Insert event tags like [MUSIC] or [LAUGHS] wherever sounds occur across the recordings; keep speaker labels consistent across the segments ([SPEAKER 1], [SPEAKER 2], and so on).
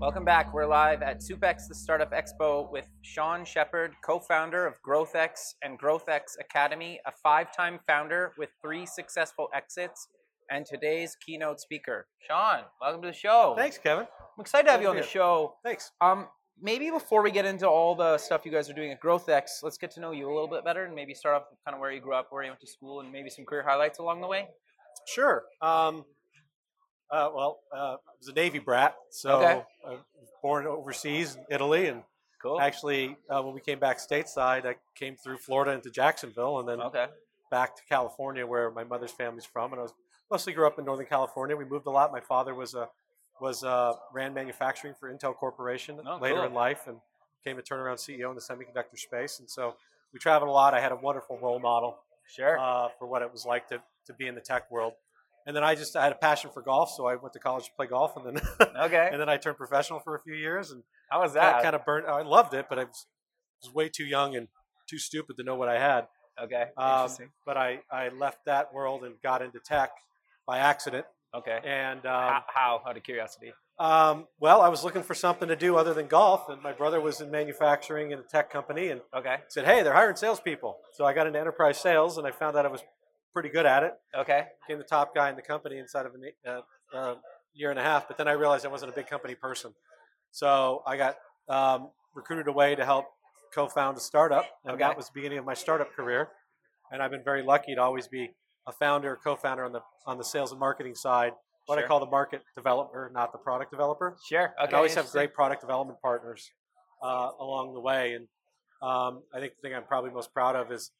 [SPEAKER 1] Welcome back. We're live at SUPEX, the Startup Expo, with Sean Shepard, co founder of GrowthX and GrowthX Academy, a five time founder with three successful exits, and today's keynote speaker. Sean, welcome to the show.
[SPEAKER 2] Thanks, Kevin.
[SPEAKER 1] I'm excited to have you on
[SPEAKER 2] Thank
[SPEAKER 1] the
[SPEAKER 2] you.
[SPEAKER 1] show.
[SPEAKER 2] Thanks.
[SPEAKER 1] Um, maybe before we get into all the stuff you guys are doing at GrowthX, let's get to know you a little bit better and maybe start off with kind of where you grew up, where you went to school, and maybe some career highlights along the way.
[SPEAKER 2] Sure. Um, uh, well, uh, I was a Navy brat, so
[SPEAKER 1] Okay. Oh.
[SPEAKER 2] I was born overseas in Italy, and
[SPEAKER 1] Cool.
[SPEAKER 2] actually, uh, when we came back stateside, I came through Florida into Jacksonville, and then
[SPEAKER 1] Okay.
[SPEAKER 2] back to California, where my mother's family's from, and I was mostly grew up in Northern California. We moved a lot. My father was a was uh, ran manufacturing for Intel Corporation
[SPEAKER 1] Oh,
[SPEAKER 2] later
[SPEAKER 1] cool.
[SPEAKER 2] in life, and became a turnaround CEO in the semiconductor space, and so we traveled a lot. I had a wonderful role model
[SPEAKER 1] Sure.
[SPEAKER 2] uh, for what it was like to, to be in the tech world. And then I just I had a passion for golf, so I went to college to play golf, and then [LAUGHS]
[SPEAKER 1] okay.
[SPEAKER 2] and then I turned professional for a few years, and
[SPEAKER 1] How was
[SPEAKER 2] that
[SPEAKER 1] that?
[SPEAKER 2] kind of burned. I loved it, but I was, was way too young and too stupid to know what I had.
[SPEAKER 1] okay.
[SPEAKER 2] Um,
[SPEAKER 1] Interesting.
[SPEAKER 2] But I, I left that world and got into tech by accident.
[SPEAKER 1] Okay.
[SPEAKER 2] And
[SPEAKER 1] Ho-
[SPEAKER 2] um,
[SPEAKER 1] how? Out of curiosity.
[SPEAKER 2] um, well, I was looking for something to do other than golf, and my brother was in manufacturing in a tech company, and
[SPEAKER 1] Okay.
[SPEAKER 2] said, "Hey, they're hiring salespeople." So I got into enterprise sales, and I found out I was pretty good at it.
[SPEAKER 1] Okay.
[SPEAKER 2] became the top guy in the company inside of a uh, uh, year and a half. But then I realized I wasn't a big company person, so I got um, recruited away to help co-found a startup, and
[SPEAKER 1] Okay.
[SPEAKER 2] that was the beginning of my startup career. And I've been very lucky to always be a founder, co-founder on the on the sales and marketing side, what I
[SPEAKER 1] Sure.
[SPEAKER 2] call the market developer, not the product developer.
[SPEAKER 1] Sure. Okay.
[SPEAKER 2] I always have
[SPEAKER 1] interesting.
[SPEAKER 2] great product development partners uh, along the way, and um, I think the thing I'm probably most proud of is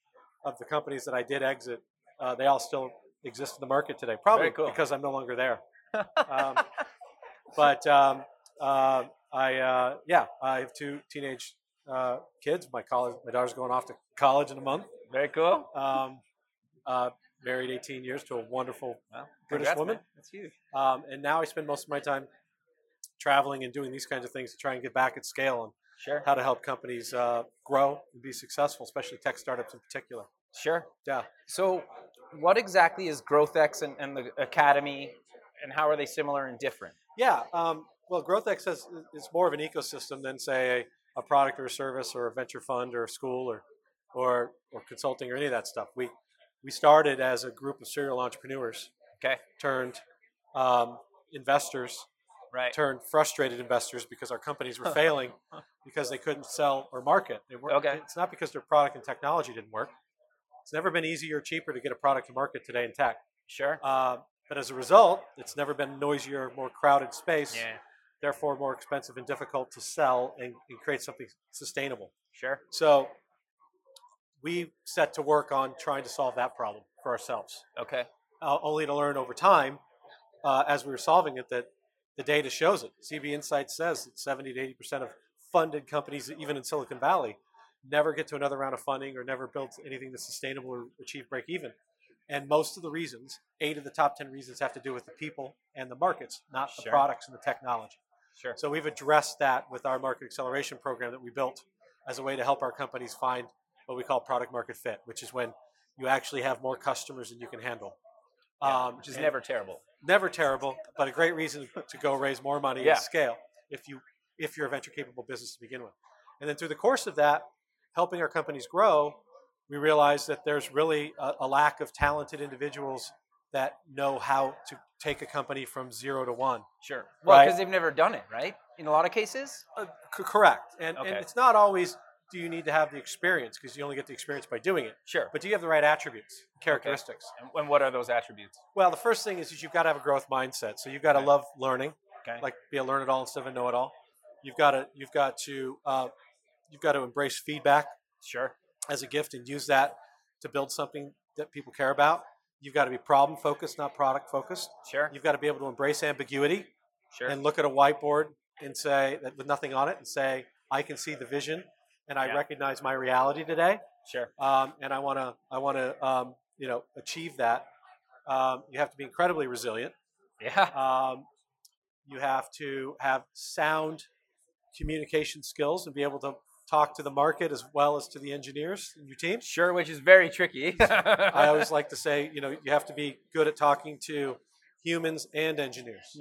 [SPEAKER 2] of the companies that I did exit. Uh, they all still exist in the market today, probably
[SPEAKER 1] Very cool.
[SPEAKER 2] because I'm no
[SPEAKER 1] [LAUGHS]
[SPEAKER 2] longer there. um, but um, uh, I, uh, yeah, I have two teenage uh, kids. My college, my daughter's going off to college in a month.
[SPEAKER 1] Very cool.
[SPEAKER 2] Um, uh, married 18 years to a wonderful
[SPEAKER 1] Well,
[SPEAKER 2] British
[SPEAKER 1] congrats,
[SPEAKER 2] woman.
[SPEAKER 1] man. That's huge.
[SPEAKER 2] um, and now I spend most of my time traveling and doing these kinds of things to try and get back at scale and
[SPEAKER 1] Sure.
[SPEAKER 2] how to help companies uh, grow and be successful, especially tech startups in particular.
[SPEAKER 1] Sure.
[SPEAKER 2] Yeah.
[SPEAKER 1] So, what exactly is GrowthX and, and the Academy, and how are they similar and different?
[SPEAKER 2] Yeah. Um, well, GrowthX is, is more of an ecosystem than, say, a, a product or a service or a venture fund or a school or, or, or consulting or any of that stuff. We, we started as a group of serial entrepreneurs
[SPEAKER 1] Okay.
[SPEAKER 2] turned um, investors
[SPEAKER 1] Right.
[SPEAKER 2] turned frustrated investors because our companies were
[SPEAKER 1] [LAUGHS]
[SPEAKER 2] failing because they couldn't sell or market. They weren't,
[SPEAKER 1] Okay.
[SPEAKER 2] It's not because their product and technology didn't work. It's never been easier or cheaper to get a product to market today in tech.
[SPEAKER 1] Sure.
[SPEAKER 2] Uh, but as a result, it's never been a noisier, more crowded space,
[SPEAKER 1] Yeah.
[SPEAKER 2] therefore more expensive and difficult to sell and, and create something sustainable.
[SPEAKER 1] Sure.
[SPEAKER 2] So we set to work on trying to solve that problem for ourselves
[SPEAKER 1] Okay.
[SPEAKER 2] uh, only to learn over time uh, as we were solving it that the data shows it. CB Insight says that 70 to 80 percent of funded companies, even in Silicon Valley, never get to another round of funding or never build anything that's sustainable or achieve break even. And most of the reasons, eight of the top 10 reasons, have to do with the people and the markets, not the
[SPEAKER 1] Sure.
[SPEAKER 2] products and the technology.
[SPEAKER 1] Sure.
[SPEAKER 2] So we've addressed that with our market acceleration program that we built as a way to help our companies find what we call product market fit, which is when you actually have more customers than you can handle. Um,
[SPEAKER 1] Yeah, which is
[SPEAKER 2] and
[SPEAKER 1] never terrible.
[SPEAKER 2] never terrible, but a great reason to go raise more money
[SPEAKER 1] Yeah.
[SPEAKER 2] and scale if you if you're a venture capable business to begin with. And then through the course of that, helping our companies grow, we realize that there's really a, a lack of talented individuals that know how to take a company from zero to one.
[SPEAKER 1] Sure. Well,
[SPEAKER 2] Right.
[SPEAKER 1] because they've never done it, right? In a lot of cases.
[SPEAKER 2] Uh, c- correct. And,
[SPEAKER 1] Okay.
[SPEAKER 2] and it's not always do you need to have the experience because you only get the experience by doing it.
[SPEAKER 1] Sure.
[SPEAKER 2] But do you have the right attributes, characteristics?
[SPEAKER 1] and, and what are those attributes?
[SPEAKER 2] Well, the first thing is, is you've got to have a growth mindset. So you've got to
[SPEAKER 1] Right.
[SPEAKER 2] love learning,
[SPEAKER 1] Okay.
[SPEAKER 2] like be a learn it all instead of a know it all. You've got to you've got to uh, you've got to embrace feedback
[SPEAKER 1] sure.
[SPEAKER 2] as a gift and use that to build something that people care about. You've got to be problem focused, not product focused.
[SPEAKER 1] Sure.
[SPEAKER 2] You've got to be able to embrace ambiguity
[SPEAKER 1] Sure.
[SPEAKER 2] and look at a whiteboard and say that with nothing on it and say, I can see the vision and I
[SPEAKER 1] Yeah.
[SPEAKER 2] recognize my reality today.
[SPEAKER 1] sure.
[SPEAKER 2] Um, and I want to, I want to, um, you know, achieve that. Um, you have to be incredibly resilient.
[SPEAKER 1] Yeah. [LAUGHS]
[SPEAKER 2] Um, you have to have sound communication skills and be able to talk to the market as well as to the engineers in your
[SPEAKER 1] [LAUGHS]
[SPEAKER 2] team.
[SPEAKER 1] Sure, which is very tricky. [LAUGHS]
[SPEAKER 2] I always like to say, you know, you have to be good at talking to humans and engineers.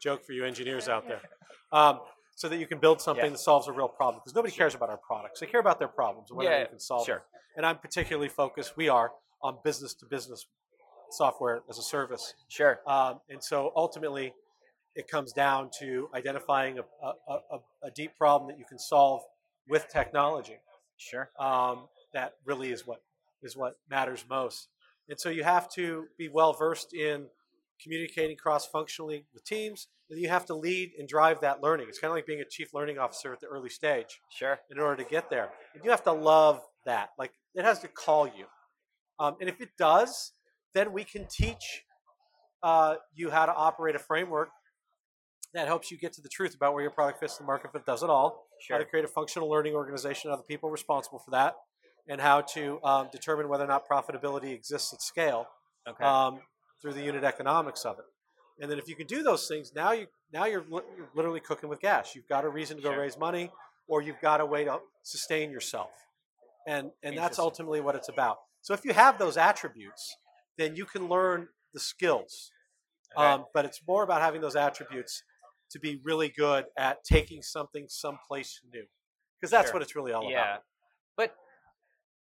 [SPEAKER 2] Joke for you engineers out there. Um, so that you can build something
[SPEAKER 1] Yeah.
[SPEAKER 2] that solves a real problem because nobody cares about our products. They care about their problems and whether
[SPEAKER 1] Yeah,
[SPEAKER 2] you can solve
[SPEAKER 1] sure.
[SPEAKER 2] them. And I'm particularly focused, we are, on business to business software as a service.
[SPEAKER 1] sure.
[SPEAKER 2] Um, and so ultimately, it comes down to identifying a, a, a, a deep problem that you can solve with technology.
[SPEAKER 1] Sure.
[SPEAKER 2] Um, that really is what is what matters most. And so you have to be well versed in communicating cross functionally with teams, and you have to lead and drive that learning. It's kind of like being a chief learning officer at the early stage
[SPEAKER 1] Sure.
[SPEAKER 2] in order to get there. And you have to love that. Like it has to call you. Um, and if it does, then we can teach uh, you how to operate a framework that helps you get to the truth about where your product fits in the market, but does it all. How to
[SPEAKER 1] Sure.
[SPEAKER 2] create a functional learning organization, other people responsible for that, and how to um, determine whether or not profitability exists at scale
[SPEAKER 1] Okay.
[SPEAKER 2] um, through the unit economics of it. And then if you can do those things, now you now you're, li- you're literally cooking with gas. You've got a reason to go
[SPEAKER 1] Sure.
[SPEAKER 2] raise money, or you've got a way to sustain yourself, and and that's
[SPEAKER 1] Interesting.
[SPEAKER 2] ultimately what it's about. So if you have those attributes, then you can learn the skills.
[SPEAKER 1] Okay.
[SPEAKER 2] Um, but it's more about having those attributes to be really good at taking something someplace new, because that's
[SPEAKER 1] Sure.
[SPEAKER 2] what it's really all
[SPEAKER 1] yeah.
[SPEAKER 2] about.
[SPEAKER 1] But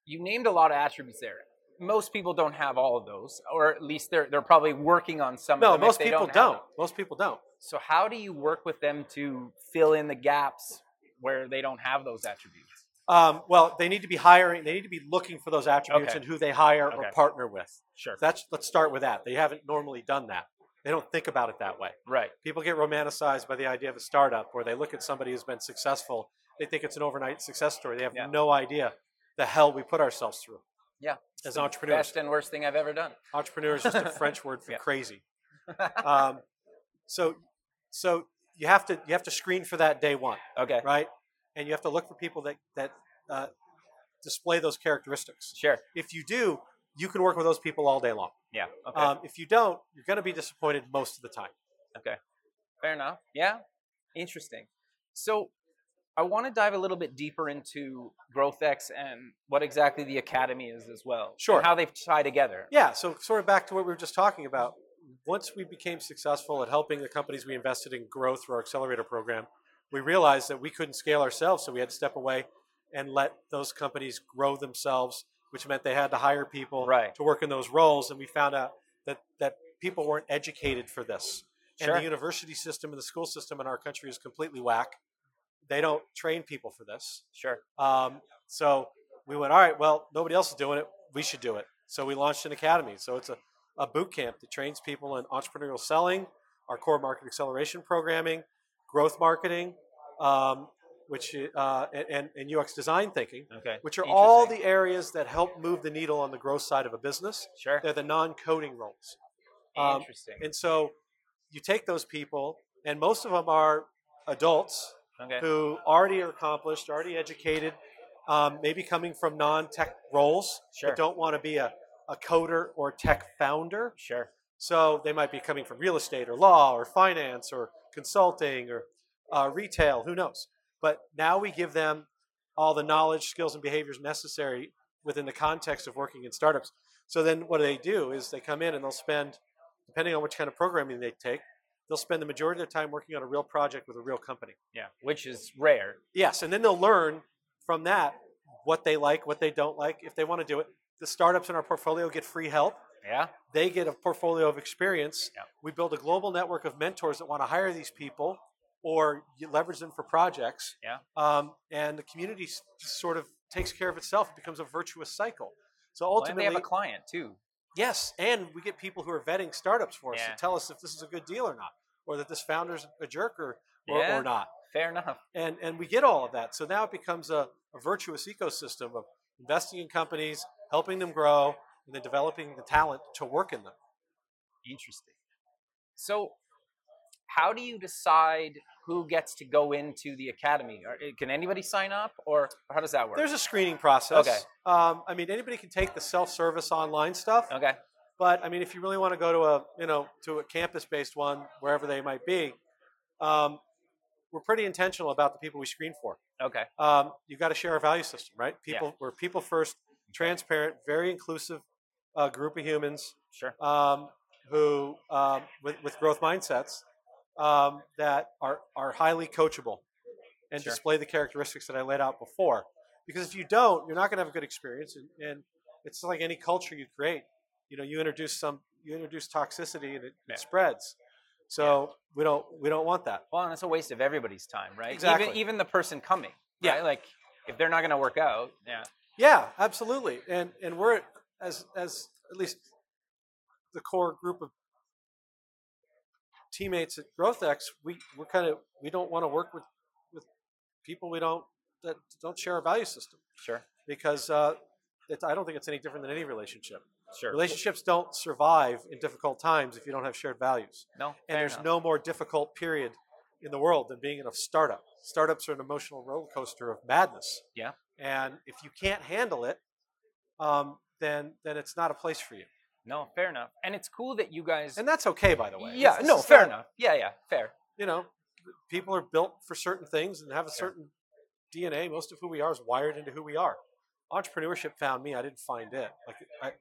[SPEAKER 1] you named a lot of attributes there. Most people don't have all of those, or at least they're they're probably working on some.
[SPEAKER 2] No,
[SPEAKER 1] of them if
[SPEAKER 2] most
[SPEAKER 1] they
[SPEAKER 2] people
[SPEAKER 1] have
[SPEAKER 2] don't.
[SPEAKER 1] them.
[SPEAKER 2] Most people don't.
[SPEAKER 1] So how do you work with them to fill in the gaps where they don't have those attributes?
[SPEAKER 2] Um, well, they need to be hiring. They need to be looking for those attributes
[SPEAKER 1] Okay.
[SPEAKER 2] and who they hire
[SPEAKER 1] Okay.
[SPEAKER 2] or partner with.
[SPEAKER 1] Sure.
[SPEAKER 2] That's let's start with that. They haven't normally done that. They don't think about it that way.
[SPEAKER 1] Right.
[SPEAKER 2] People get romanticized by the idea of a startup, where they look at somebody who's been successful. They think it's an overnight success story. They have
[SPEAKER 1] Yeah.
[SPEAKER 2] no idea the hell we put ourselves through
[SPEAKER 1] Yeah.
[SPEAKER 2] as entrepreneurs.
[SPEAKER 1] Best and worst thing I've ever done.
[SPEAKER 2] Entrepreneur is just a
[SPEAKER 1] [LAUGHS]
[SPEAKER 2] French word for
[SPEAKER 1] Yeah.
[SPEAKER 2] crazy. Um, so, so you have to you have to screen for that day one
[SPEAKER 1] Okay.
[SPEAKER 2] right? And you have to look for people that that uh, display those characteristics.
[SPEAKER 1] Sure.
[SPEAKER 2] If you do, you can work with those people all day long.
[SPEAKER 1] Yeah. Okay.
[SPEAKER 2] Um, if you don't, you're going to be disappointed most of the time.
[SPEAKER 1] Fair enough. Yeah. Interesting. So I want to dive a little bit deeper into GrowthX and what exactly the academy is as well. and
[SPEAKER 2] Sure.
[SPEAKER 1] how they tie together.
[SPEAKER 2] Yeah. So sort of back to what we were just talking about. Once we became successful at helping the companies we invested in grow through our accelerator program, we realized that we couldn't scale ourselves, so we had to step away and let those companies grow themselves, which meant they had to hire people
[SPEAKER 1] Right.
[SPEAKER 2] to work in those roles. And we found out that that people weren't educated for this.
[SPEAKER 1] Sure.
[SPEAKER 2] And the university system and the school system in our country is completely whack. They don't train people for this.
[SPEAKER 1] sure.
[SPEAKER 2] Um, so we went, all right, well, nobody else is doing it. We should do it. So we launched an academy. So it's a, a boot camp that trains people in entrepreneurial selling, our core market acceleration programming, growth marketing, um, which uh, and, and UX design thinking,
[SPEAKER 1] Okay.
[SPEAKER 2] which are all
[SPEAKER 1] Interesting.
[SPEAKER 2] the areas that help move the needle on the growth side of a business.
[SPEAKER 1] sure.
[SPEAKER 2] They're the non-coding roles. um,
[SPEAKER 1] Interesting.
[SPEAKER 2] And so you take those people, and most of them are adults
[SPEAKER 1] Okay.
[SPEAKER 2] who already are accomplished, already educated, um, maybe coming from non-tech roles,
[SPEAKER 1] Sure.
[SPEAKER 2] but don't want to be a, a coder or tech founder.
[SPEAKER 1] Sure.
[SPEAKER 2] So they might be coming from real estate or law or finance or consulting or uh, retail, who knows? But now we give them all the knowledge, skills, and behaviors necessary within the context of working in startups. So then what they do is they come in and they'll spend, depending on which kind of programming they take, they'll spend the majority of their time working on a real project with a real company.
[SPEAKER 1] Yeah. Which is rare.
[SPEAKER 2] Yes, and then they'll learn from that what they like, what they don't like, if they want to do it. The startups in our portfolio get free help.
[SPEAKER 1] Yeah.
[SPEAKER 2] They get a portfolio of experience.
[SPEAKER 1] Yeah.
[SPEAKER 2] We build a global network of mentors that want to hire these people or you leverage them for projects.
[SPEAKER 1] Yeah.
[SPEAKER 2] Um, and the community s- sort of takes care of itself. It becomes a virtuous cycle. So
[SPEAKER 1] Well, and
[SPEAKER 2] ultimately,
[SPEAKER 1] they have a client too.
[SPEAKER 2] yes, and we get people who are vetting startups for us
[SPEAKER 1] Yeah.
[SPEAKER 2] to tell us if this is a good deal or not, or that this founder's a jerk or, or,
[SPEAKER 1] Yeah.
[SPEAKER 2] or not
[SPEAKER 1] Fair enough.
[SPEAKER 2] and and we get all of that. So now it becomes a, a virtuous ecosystem of investing in companies, helping them grow, and then developing the talent to work in them.
[SPEAKER 3] Interesting.
[SPEAKER 1] So, how do you decide who gets to go into the academy? Or, uh, Can anybody sign up, or or how does that work?
[SPEAKER 2] There's a screening process.
[SPEAKER 1] Okay.
[SPEAKER 2] Um, I mean, anybody can take the self-service online stuff.
[SPEAKER 1] okay.
[SPEAKER 2] But I mean, if you really want to go to a you know to a campus-based one, wherever they might be, um, we're pretty intentional about the people we screen for.
[SPEAKER 1] Okay.
[SPEAKER 2] Um, you've got to share a value system, right?
[SPEAKER 1] Yeah.
[SPEAKER 2] People we're people first, transparent, very inclusive uh, group of humans
[SPEAKER 1] Sure.
[SPEAKER 2] um, who um, with, with growth mindsets um, that are are highly coachable and
[SPEAKER 1] Sure.
[SPEAKER 2] display the characteristics that I laid out before. Because if you don't, you're not going to have a good experience, and, and it's like any culture you create. You know, you introduce some you introduce toxicity, and it,
[SPEAKER 1] Yeah.
[SPEAKER 2] it spreads. So we don't we don't want that.
[SPEAKER 1] Well, and it's a waste of everybody's time, right?
[SPEAKER 2] Exactly.
[SPEAKER 1] Even, even the person coming.
[SPEAKER 2] Yeah.
[SPEAKER 1] Right? Like, if they're not going to work out, yeah.
[SPEAKER 2] Yeah, absolutely. And and we're as as at least the core group of teammates at GrowthX, we we're kind of we don't want to work with with people we don't that don't share a value system
[SPEAKER 1] Sure.
[SPEAKER 2] because uh, it, I don't think it's any different than any relationship.
[SPEAKER 1] Sure.
[SPEAKER 2] Relationships don't survive in difficult times if you don't have shared values.
[SPEAKER 1] No.
[SPEAKER 2] And
[SPEAKER 1] fair
[SPEAKER 2] there's
[SPEAKER 1] enough.
[SPEAKER 2] no more difficult period in the world than being in a startup. Startups are an emotional roller coaster of madness.
[SPEAKER 1] Yeah.
[SPEAKER 2] And if you can't handle it, um, then then it's not a place for you.
[SPEAKER 1] No. Fair enough. And it's cool that you guys.
[SPEAKER 2] And that's okay, by the way.
[SPEAKER 1] yeah.
[SPEAKER 2] It's- it's
[SPEAKER 1] No.
[SPEAKER 2] just
[SPEAKER 1] Fair
[SPEAKER 2] not-
[SPEAKER 1] enough. Yeah. Yeah. Fair.
[SPEAKER 2] You know, people are built for certain things and have a
[SPEAKER 1] Sure.
[SPEAKER 2] certain DNA. Most of who we are is wired into who we are. Entrepreneurship found me. I didn't find it. Like I,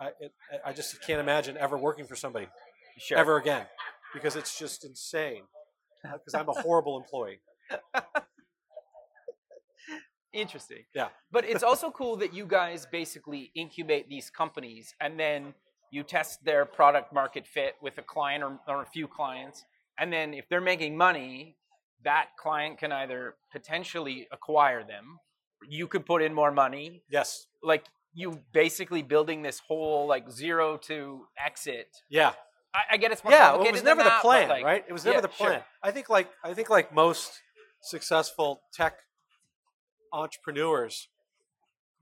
[SPEAKER 2] I, it, I just can't imagine ever working for somebody
[SPEAKER 1] Sure.
[SPEAKER 2] ever again because it's just insane.
[SPEAKER 1] [LAUGHS]
[SPEAKER 2] Because I'm a horrible employee.
[SPEAKER 1] Interesting.
[SPEAKER 2] Yeah.
[SPEAKER 1] But it's also cool that you guys basically incubate these companies and then you test their product market fit with a client or, or a few clients. And then if they're making money, that client can either potentially acquire them, you could put in more money.
[SPEAKER 2] Yes.
[SPEAKER 1] Like you basically building this whole like zero to exit.
[SPEAKER 2] Yeah.
[SPEAKER 1] I, I get it's more
[SPEAKER 2] Yeah. Well,
[SPEAKER 1] complicated
[SPEAKER 2] it was
[SPEAKER 1] than
[SPEAKER 2] never the
[SPEAKER 1] that, but,
[SPEAKER 2] plan,
[SPEAKER 1] like,
[SPEAKER 2] right? It was never
[SPEAKER 1] yeah,
[SPEAKER 2] the
[SPEAKER 1] sure.
[SPEAKER 2] plan. I think like I think like most successful tech entrepreneurs,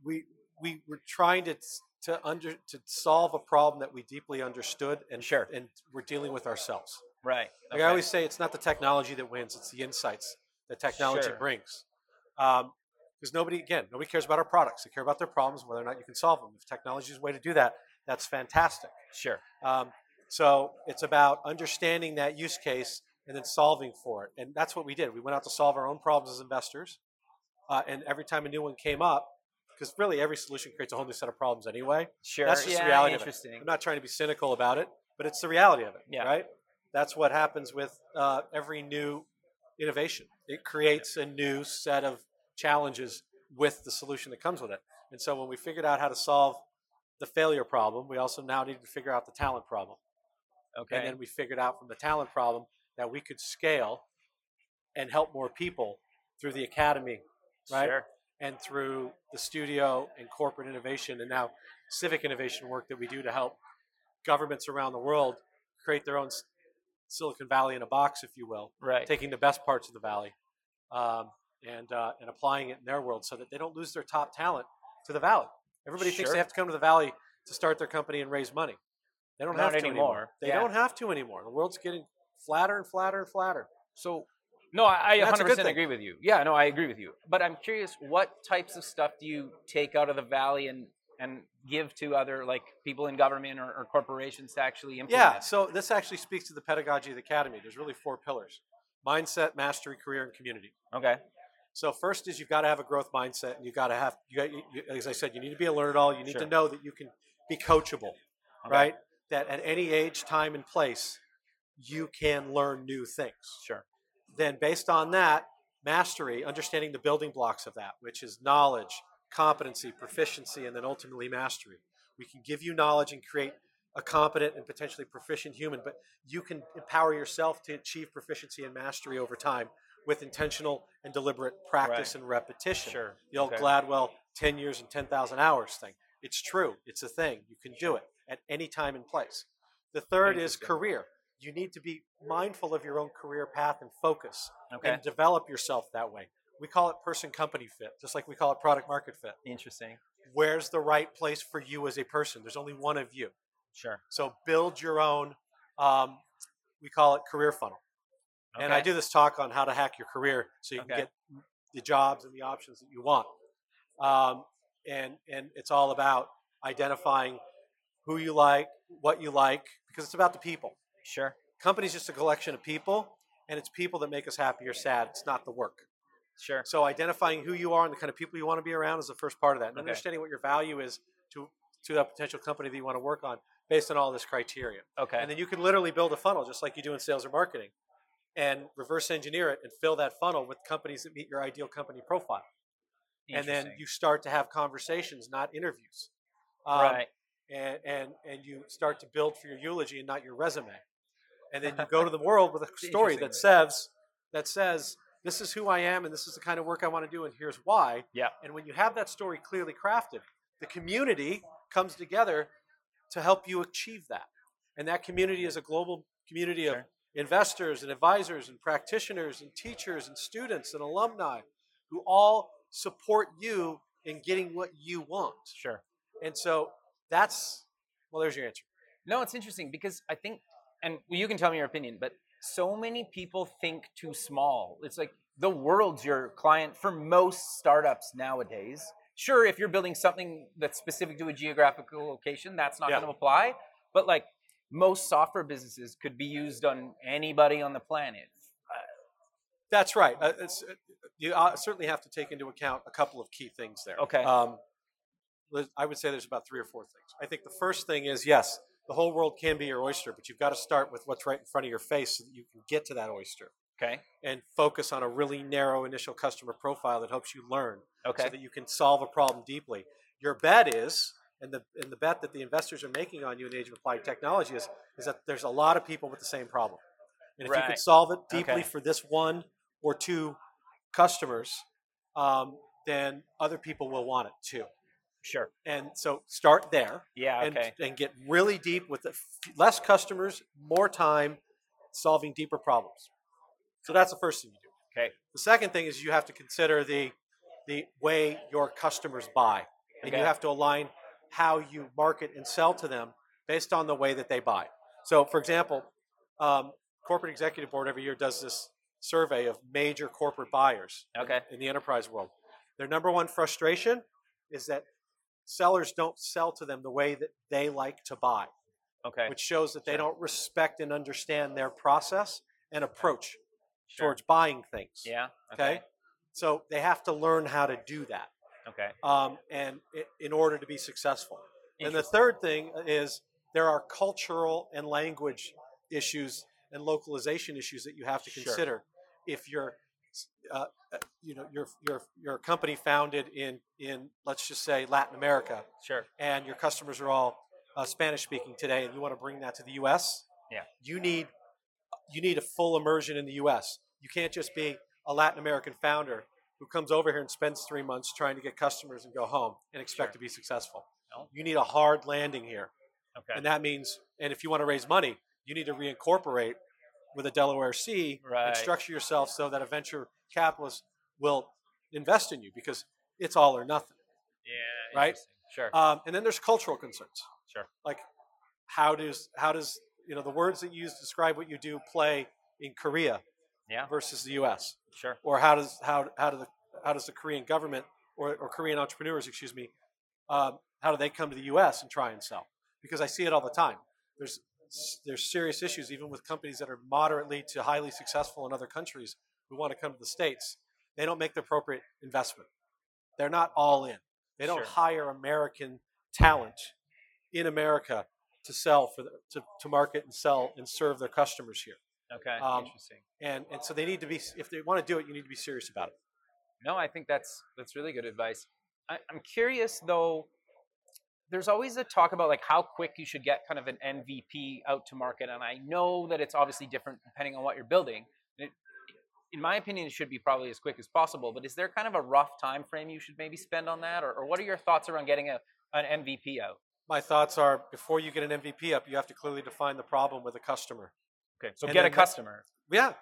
[SPEAKER 2] we we were trying to to under to solve a problem that we deeply understood and
[SPEAKER 1] Sure.
[SPEAKER 2] and we're dealing with ourselves.
[SPEAKER 1] Right.
[SPEAKER 2] Like I
[SPEAKER 1] okay.
[SPEAKER 2] always say, it's not the technology that wins; it's the insights that technology
[SPEAKER 1] Sure.
[SPEAKER 2] brings. Because nobody, again, nobody cares about our products; they care about their problems, whether or not you can solve them. If technology is a way to do that, that's fantastic.
[SPEAKER 1] sure.
[SPEAKER 2] Um, so it's about understanding that use case and then solving for it. And that's what we did. We went out to solve our own problems as investors. Uh, and every time a new one came up, because really every solution creates a whole new set of problems anyway.
[SPEAKER 1] Sure.
[SPEAKER 2] That's just the
[SPEAKER 1] yeah,
[SPEAKER 2] reality of it.
[SPEAKER 1] Interesting.
[SPEAKER 2] I'm not trying to be cynical about it, but it's the reality of it,
[SPEAKER 1] Yeah.
[SPEAKER 2] right? That's what happens with uh, every new innovation. It creates a new set of challenges with the solution that comes with it. And so when we figured out how to solve the failure problem, we also now needed to figure out the talent problem.
[SPEAKER 1] Okay.
[SPEAKER 2] And then we figured out from the talent problem that we could scale and help more people through the academy right?
[SPEAKER 1] Sure.
[SPEAKER 2] and through the studio and corporate innovation and now civic innovation work that we do to help governments around the world create their own s- Silicon Valley in a box, if you will,
[SPEAKER 1] Right.
[SPEAKER 2] taking the best parts of the valley um, and uh, and applying it in their world so that they don't lose their top talent to the valley. Everybody thinks
[SPEAKER 1] Sure.
[SPEAKER 2] they have to come to the valley to start their company and raise money. They don't
[SPEAKER 1] Not
[SPEAKER 2] have to
[SPEAKER 1] anymore.
[SPEAKER 2] anymore. They
[SPEAKER 1] Yeah.
[SPEAKER 2] don't have to anymore. The world's getting flatter and flatter and flatter.
[SPEAKER 1] So, no, I, I
[SPEAKER 2] That's a good
[SPEAKER 1] 100%
[SPEAKER 2] thing.
[SPEAKER 1] agree with you. Yeah, no, I agree with you. But I'm curious, what types of stuff do you take out of the valley and and give to other like people in government or, or corporations to actually implement?
[SPEAKER 2] Yeah, so this actually speaks to the pedagogy of the academy. There's really four pillars mindset, mastery, career, and community.
[SPEAKER 1] Okay.
[SPEAKER 2] So, first is you've got to have a growth mindset, and you've got to have, you got, you, you- as I said, you need to be a learn it all. You need
[SPEAKER 1] Sure.
[SPEAKER 2] to know that you can be coachable,
[SPEAKER 1] Okay.
[SPEAKER 2] right? That at any age, time, and place, you can learn new things.
[SPEAKER 1] Sure.
[SPEAKER 2] Then, based on that, mastery, understanding the building blocks of that, which is knowledge, competency, proficiency, and then ultimately mastery. We can give you knowledge and create a competent and potentially proficient human, but you can empower yourself to achieve proficiency and mastery over time with intentional and deliberate practice and repetition.
[SPEAKER 1] Sure.
[SPEAKER 2] The old
[SPEAKER 1] Okay.
[SPEAKER 2] Gladwell 10 years and 10,000 hours thing. It's true. It's a thing. You can do it at any time and place. The third is
[SPEAKER 1] Interesting.
[SPEAKER 2] career. You need to be mindful of your own career path and focus
[SPEAKER 1] Okay.
[SPEAKER 2] and develop yourself that way. We call it person company fit, just like we call it product market fit.
[SPEAKER 1] Interesting.
[SPEAKER 2] where's the right place for you as a person? There's only one of you.
[SPEAKER 1] Sure.
[SPEAKER 2] So build your own. Um, we call it career funnel, and I
[SPEAKER 1] Okay.
[SPEAKER 2] do this talk on how to hack your career so you
[SPEAKER 1] Okay.
[SPEAKER 2] can get the jobs and the options that you want. Um, and and it's all about identifying who you like, what you like, because it's about the people.
[SPEAKER 1] Sure.
[SPEAKER 2] Company's just a collection of people, and it's people that make us happy or sad. It's not the work.
[SPEAKER 1] Sure.
[SPEAKER 2] So identifying who you are and the kind of people you want to be around is the first part of that, and then
[SPEAKER 1] Okay.
[SPEAKER 2] understanding what your value is to to that potential company that you want to work on based on all this criteria.
[SPEAKER 1] Okay.
[SPEAKER 2] And then you can literally build a funnel just like you do in sales or marketing, and reverse engineer it and fill that funnel with companies that meet your ideal company profile. And then
[SPEAKER 1] Interesting.
[SPEAKER 2] you start to have conversations, not interviews. Um,
[SPEAKER 1] right.
[SPEAKER 2] and, and and you start to build for your eulogy and not your resume. And then you go to the world with a
[SPEAKER 1] It's
[SPEAKER 2] story that
[SPEAKER 1] interesting
[SPEAKER 2] says that says this is who I am and this is the kind of work I want to do and here's why.
[SPEAKER 1] Yeah.
[SPEAKER 2] And when you have that story clearly crafted, the community comes together to help you achieve that. And that community is a global community of
[SPEAKER 1] Sure.
[SPEAKER 2] investors and advisors and practitioners and teachers and students and alumni who all support you in getting what you want.
[SPEAKER 1] Sure.
[SPEAKER 2] And so that's well, there's your answer.
[SPEAKER 1] No, it's interesting because I think, and you can tell me your opinion, but so many people think too small. It's like the world's your client for most startups nowadays. Sure, if you're building something that's specific to a geographical location, that's not
[SPEAKER 2] Yeah.
[SPEAKER 1] going to apply. But like most software businesses could be used on anybody on the planet.
[SPEAKER 2] That's right. Uh, it's, uh, you uh, certainly have to take into account a couple of key things there.
[SPEAKER 1] Okay.
[SPEAKER 2] Um, there's- I would say there's about three or four things. I think the first thing is yes, the whole world can be your oyster, but you've got to start with what's right in front of your face so that you can get to that oyster
[SPEAKER 1] Okay.
[SPEAKER 2] and focus on a really narrow initial customer profile that helps you learn so
[SPEAKER 1] Okay.
[SPEAKER 2] that you can solve a problem deeply. Your bet is, and the and the bet that the investors are making on you in the age of applied technology is, is that there's a lot of people with the same problem, and if you
[SPEAKER 1] Right.
[SPEAKER 2] could solve it deeply
[SPEAKER 1] Okay.
[SPEAKER 2] for this one or two customers, um, then other people will want it too.
[SPEAKER 1] Sure.
[SPEAKER 2] And so start there
[SPEAKER 1] Yeah.
[SPEAKER 2] and
[SPEAKER 1] Okay.
[SPEAKER 2] and get really deep with the f- less customers, more time, solving deeper problems. So that's the first thing you do.
[SPEAKER 1] Okay.
[SPEAKER 2] The second thing is you have to consider the the way your customers buy, and
[SPEAKER 1] Okay.
[SPEAKER 2] you have to align how you market and sell to them based on the way that they buy. So, for example, um, corporate executive board every year does this survey of major corporate buyers
[SPEAKER 1] Okay.
[SPEAKER 2] in the enterprise world. Their number one frustration is that sellers don't sell to them the way that they like to buy,
[SPEAKER 1] Okay.
[SPEAKER 2] which shows that they
[SPEAKER 1] Sure.
[SPEAKER 2] don't respect and understand their process and approach
[SPEAKER 1] Sure.
[SPEAKER 2] towards buying things.
[SPEAKER 1] Yeah.
[SPEAKER 2] Okay. So they have to learn how to do that
[SPEAKER 1] Okay.
[SPEAKER 2] um, and i- in order to be successful. And the
[SPEAKER 1] Interesting.
[SPEAKER 2] third thing is there are cultural and language issues and localization issues that you have to
[SPEAKER 1] Sure.
[SPEAKER 2] consider if you're uh, uh, you know you're, you're, you're a company founded in in let's just say Latin America
[SPEAKER 1] Sure.
[SPEAKER 2] and your customers are all uh, Spanish speaking today and you want to bring that to the US
[SPEAKER 1] Yeah.
[SPEAKER 2] you need you need a full immersion in the US you can't just be a Latin American founder who comes over here and spends three months trying to get customers and go home and expect
[SPEAKER 1] Sure.
[SPEAKER 2] to be successful
[SPEAKER 1] No.
[SPEAKER 2] you need a hard landing here
[SPEAKER 1] Okay.
[SPEAKER 2] and that means and if you want to raise money you need to reincorporate with a delaware c
[SPEAKER 1] Right.
[SPEAKER 2] and structure yourself so that a venture capitalist will invest in you because it's all or nothing
[SPEAKER 1] yeah.
[SPEAKER 2] right?
[SPEAKER 1] interesting. Sure.
[SPEAKER 2] um, and then there's cultural concerns
[SPEAKER 1] Sure.
[SPEAKER 2] like how does how does you know the words that you use to describe what you do play in korea
[SPEAKER 1] Yeah.
[SPEAKER 2] versus the us
[SPEAKER 1] Sure.
[SPEAKER 2] or how does how how do the how does the korean government or, or korean entrepreneurs excuse me um, how do they come to the us and try and sell because i see it all the time there's there's serious issues even with companies that are moderately to highly successful in other countries who want to come to the states they don't make the appropriate investment they're not all in they don't
[SPEAKER 1] Sure.
[SPEAKER 2] hire american talent in america to sell for the, to, to market and sell and serve their customers here
[SPEAKER 1] Okay.
[SPEAKER 2] um,
[SPEAKER 1] interesting.
[SPEAKER 2] and and so they need to be if they want to do it you need to be serious about it
[SPEAKER 1] No, I think that's that's really good advice. I, I'm curious though. There's always a talk about like how quick you should get kind of an MVP out to market, and I know that it's obviously different depending on what you're building. It, in my opinion, it should be probably as quick as possible. But is there kind of a rough time frame you should maybe spend on that, or, or what are your thoughts around getting a an MVP out?
[SPEAKER 2] my thoughts are before you get an MVP up, you have to clearly define the problem with a customer.
[SPEAKER 1] Okay, so
[SPEAKER 2] And
[SPEAKER 1] get a
[SPEAKER 2] then the-
[SPEAKER 1] customer.
[SPEAKER 2] Yeah,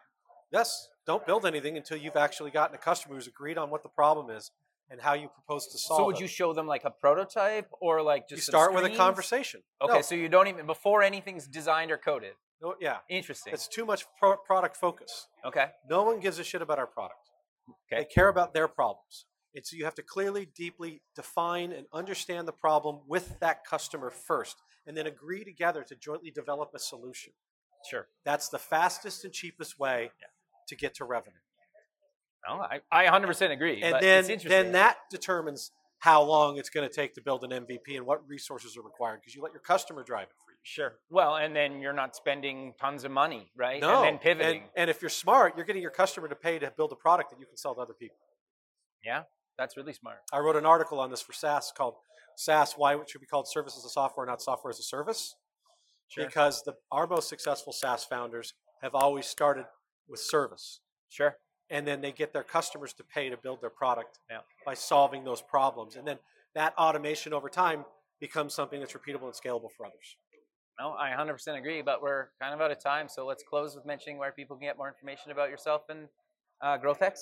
[SPEAKER 2] yes. Don't build anything until you've actually gotten a customer who's agreed on what the problem is and how you propose to solve
[SPEAKER 1] So would
[SPEAKER 2] it.
[SPEAKER 1] you show them like a prototype or like
[SPEAKER 2] You
[SPEAKER 1] just some
[SPEAKER 2] start with a
[SPEAKER 1] screens?
[SPEAKER 2] conversation.
[SPEAKER 1] Okay,
[SPEAKER 2] No,
[SPEAKER 1] so you don't even before anything's designed or coded.
[SPEAKER 2] no, yeah,
[SPEAKER 1] Interesting.
[SPEAKER 2] it's too much pro- product focus.
[SPEAKER 1] Okay.
[SPEAKER 2] No one gives a shit about our product. They
[SPEAKER 1] Okay.
[SPEAKER 2] care about their problems. And so you have to clearly, deeply define and understand the problem with that customer first, and then agree together to jointly develop a solution.
[SPEAKER 1] Sure.
[SPEAKER 2] That's the fastest and cheapest way to get to revenue.
[SPEAKER 1] No, I, I 100% agree.
[SPEAKER 2] And
[SPEAKER 1] but
[SPEAKER 2] then,
[SPEAKER 1] it's interesting.
[SPEAKER 2] then that determines how long it's going to take to build an MVP and what resources are required because you let your customer drive it for you.
[SPEAKER 1] Sure. Well, and then you're not spending tons of money, right?
[SPEAKER 2] No.
[SPEAKER 1] And then pivoting.
[SPEAKER 2] And, and if you're smart, you're getting your customer to pay to build a product that you can sell to other people.
[SPEAKER 1] yeah, that's really smart.
[SPEAKER 2] I wrote an article on this for SaaS called SaaS Why It Should Be Called Service as a Software, Not Software as a Service.
[SPEAKER 1] Sure.
[SPEAKER 2] Because the, our most successful SaaS founders have always started with service.
[SPEAKER 1] Sure.
[SPEAKER 2] And then they get their customers to pay to build their product
[SPEAKER 1] Yeah.
[SPEAKER 2] by solving those problems. And then that automation over time becomes something that's repeatable and scalable for others.
[SPEAKER 1] No, I 100% agree, but we're kind of out of time. So let's close with mentioning where people can get more information about yourself and uh, GrowthX.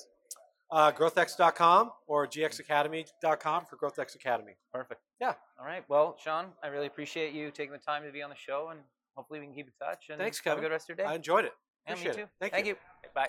[SPEAKER 2] Uh, growthx.com or gxacademy.com for GrowthX Academy.
[SPEAKER 1] Perfect.
[SPEAKER 2] Yeah.
[SPEAKER 1] All right. Well, Sean, I really appreciate you taking the time to be on the show, and hopefully we can keep in touch. And
[SPEAKER 2] Thanks,
[SPEAKER 1] Have a
[SPEAKER 2] Kevin.
[SPEAKER 1] good rest of your day.
[SPEAKER 2] I enjoyed it.
[SPEAKER 1] Yeah, me
[SPEAKER 2] Appreciate
[SPEAKER 1] too.
[SPEAKER 2] it. Thank,
[SPEAKER 1] Thank
[SPEAKER 2] you.
[SPEAKER 1] you. Bye.